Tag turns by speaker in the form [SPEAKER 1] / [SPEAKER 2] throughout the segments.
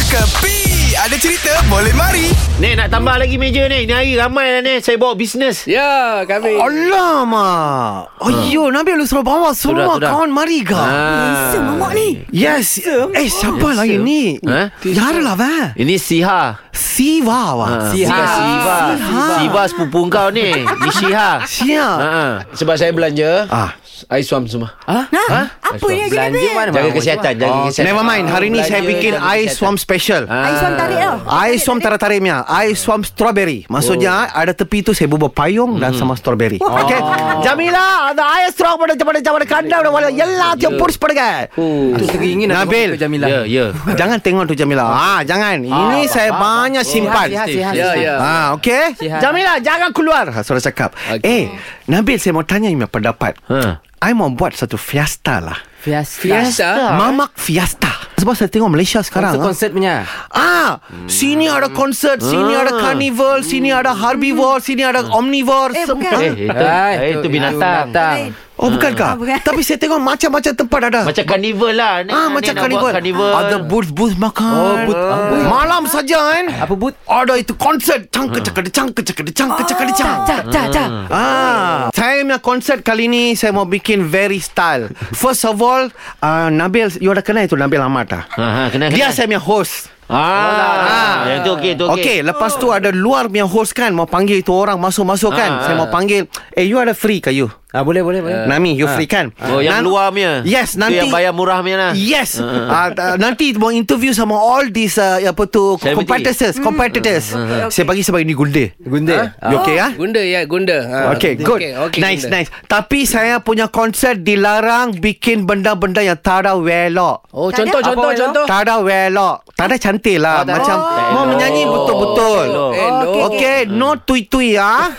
[SPEAKER 1] Kepi Ada cerita boleh mari
[SPEAKER 2] Nek nak tambah lagi meja ni Ni hari ramai lah ni Saya bawa bisnes
[SPEAKER 3] Ya, kami.
[SPEAKER 4] Alamak. Ayo, Nabil lu suruh bawa semua
[SPEAKER 2] Sudah, sudah.
[SPEAKER 4] kawan mari ke?
[SPEAKER 2] Ah.
[SPEAKER 5] Semak ni
[SPEAKER 3] Ya.
[SPEAKER 4] Yes. Eh, siapa lagi ni?
[SPEAKER 2] Ha?
[SPEAKER 4] Yar lah, va.
[SPEAKER 2] Ini Siha.
[SPEAKER 4] Siwa, wa.
[SPEAKER 2] Ah, bukan Siva.
[SPEAKER 4] Siha.
[SPEAKER 2] Siva sepupu kau ni. Ni Siha.
[SPEAKER 4] Siapa?
[SPEAKER 2] Ah.
[SPEAKER 3] Sebab saya belanja,
[SPEAKER 4] Ah.
[SPEAKER 3] I suam semua.
[SPEAKER 5] Nah,
[SPEAKER 3] Ha?
[SPEAKER 5] Apa dia je Nabil
[SPEAKER 3] Jaga kesihatan, jaga kesihatan.
[SPEAKER 4] Oh, Never mind. Hari ni saya
[SPEAKER 3] Belanja,
[SPEAKER 4] bikin
[SPEAKER 3] jaga
[SPEAKER 4] air
[SPEAKER 3] kesihatan.
[SPEAKER 4] swam special.
[SPEAKER 2] Ah. Ha?
[SPEAKER 5] Air suam tarik tau
[SPEAKER 4] Air swam tarik-tariknya Air swam strawberry Maksudnya Ada tepi tu Saya bubur payung Dan sama strawberry Okay Jamila Ada air strong Pada pada pada kandang Pada Yelah Tiap purs pada
[SPEAKER 3] Oh.
[SPEAKER 6] Teringin nak
[SPEAKER 4] Nabil.
[SPEAKER 6] tengok Jamilah.
[SPEAKER 2] Ya, ya.
[SPEAKER 4] Jangan tengok tu Jamila Ah, Jangan Ini saya banyak simpan
[SPEAKER 6] Sihat, sihat,
[SPEAKER 3] Ya,
[SPEAKER 6] sihat.
[SPEAKER 3] ya.
[SPEAKER 4] Ah, okey.
[SPEAKER 6] Sihat.
[SPEAKER 4] Jamila jangan keluar. Ha, sudah cakap. Okay. Eh, Nabil saya mau tanya Ima pendapat.
[SPEAKER 2] Ha.
[SPEAKER 4] I mau buat satu fiesta lah.
[SPEAKER 6] Fiesta.
[SPEAKER 4] Mamak fiesta. Sebab saya tengok Malaysia sekarang. ah.
[SPEAKER 6] Konsert-konsert punya.
[SPEAKER 4] Ah, sini ada konsert, sini ada carnival, sini ada herbivore, sini ada omnivore.
[SPEAKER 5] Eh,
[SPEAKER 4] semua.
[SPEAKER 5] bukan.
[SPEAKER 2] Eh, itu, eh, itu binatang.
[SPEAKER 4] Oh, bukankah?
[SPEAKER 5] Ah, bukan.
[SPEAKER 4] Tapi saya tengok macam-macam tempat ada.
[SPEAKER 2] Macam karnival lah. Nek, Nek
[SPEAKER 4] ah, macam
[SPEAKER 2] nak buat
[SPEAKER 4] carnival.
[SPEAKER 2] karnival.
[SPEAKER 4] Ada booth-booth makan. Oh, booth. Malam saja kan.
[SPEAKER 6] Apa but?
[SPEAKER 4] Ada itu konsert. Cangke cakade cangke cakade cangke cakade
[SPEAKER 5] Cak,
[SPEAKER 4] cangke.
[SPEAKER 5] cak, cak, cak
[SPEAKER 4] Ah, saya punya konsert kali ni saya mau bikin very style. First of all, uh, Nabil, you dah kenal itu Nabil Ahmad dah.
[SPEAKER 2] Ha, ha, kena, kena.
[SPEAKER 4] Dia saya punya host.
[SPEAKER 2] Ah, yang tu okey, tu okey.
[SPEAKER 4] Okay. lepas tu ada luar punya host kan Mau panggil itu orang masuk-masuk kan
[SPEAKER 2] Ah,
[SPEAKER 4] Saya
[SPEAKER 2] ah.
[SPEAKER 4] mau panggil Eh you ada free ke you?
[SPEAKER 6] Ah boleh boleh boleh.
[SPEAKER 4] Nami you free kan?
[SPEAKER 2] Oh, yang
[SPEAKER 4] Nan-
[SPEAKER 2] luar punya. Tu
[SPEAKER 4] Yes, nanti-
[SPEAKER 2] yang bayar murah punya lah.
[SPEAKER 4] Yes uh, uh, Nanti mau interview sama all these uh, Apa tu
[SPEAKER 2] Celebrity.
[SPEAKER 4] Competitors
[SPEAKER 5] Hmm.
[SPEAKER 4] Competitors Saya bagi sebagai ni gunde
[SPEAKER 6] Gunde.
[SPEAKER 4] You okay ah?
[SPEAKER 3] Gunda ya, gunda. Ha.
[SPEAKER 4] Okay, good.
[SPEAKER 3] Okay, okay,
[SPEAKER 4] nice,
[SPEAKER 3] gunda.
[SPEAKER 4] nice. Tapi saya punya konsert dilarang bikin benda-benda yang tak ada welok.
[SPEAKER 3] Oh,
[SPEAKER 5] Tak
[SPEAKER 3] contoh,
[SPEAKER 5] ada?
[SPEAKER 3] contoh,
[SPEAKER 6] Apa,
[SPEAKER 3] contoh.
[SPEAKER 4] Tak ada welok. Tak ada cantik lah. Macam mau menyanyi betul-betul.
[SPEAKER 3] Eh, no.
[SPEAKER 5] Okey, okey.
[SPEAKER 4] Okay, no tui-tui ya.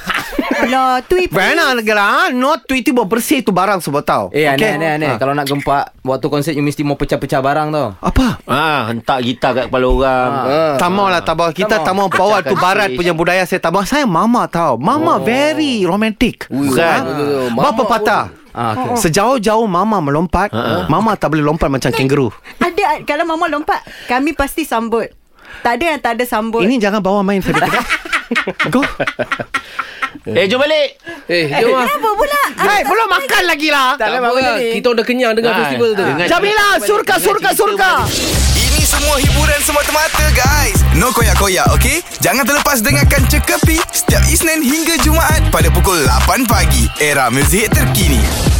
[SPEAKER 5] Alah, tui
[SPEAKER 4] Bana negara, lah, ah. no tui-tui buat bersih tu barang semua tahu.
[SPEAKER 6] Eh aneh aneh aneh.
[SPEAKER 4] Ah.
[SPEAKER 6] Kalau nak gempak waktu konsert you mesti mau pecah-pecah barang tau.
[SPEAKER 4] Apa?
[SPEAKER 2] Ah, hentak gitar kat kepala orang.
[SPEAKER 4] Tak mau lah tak mau Kita tak mau bawa tu barat punya budaya Saya tak mau Saya mama tau
[SPEAKER 6] Oh.
[SPEAKER 4] Mama very romantic
[SPEAKER 2] Bukan.
[SPEAKER 4] ha? Bapa patah
[SPEAKER 6] Ah, okey. Ha,
[SPEAKER 4] Sejauh-jauh mama melompat Mama tak boleh lompat macam kenguru
[SPEAKER 5] Ada Kalau mama lompat Kami pasti sambut Tak ada yang tak ada sambut
[SPEAKER 4] Ini jangan bawa main saya fikir. Go.
[SPEAKER 2] Eh, jom balik.
[SPEAKER 3] Eh, jom lah.
[SPEAKER 5] Kenapa pula
[SPEAKER 4] Hai, belum makan lagi lah.
[SPEAKER 3] Tak apa lah. Kita udah kenyang dengan
[SPEAKER 2] Ah,
[SPEAKER 3] festival tu.
[SPEAKER 2] dengan-
[SPEAKER 4] Jamila, surka, surka, surka.
[SPEAKER 1] Ini semua hiburan semata-mata guys No koyak-koyak ok Jangan terlepas dengarkan Cekapi Setiap Isnin hingga Jumaat Pada pukul 8 pagi Era muzik terkini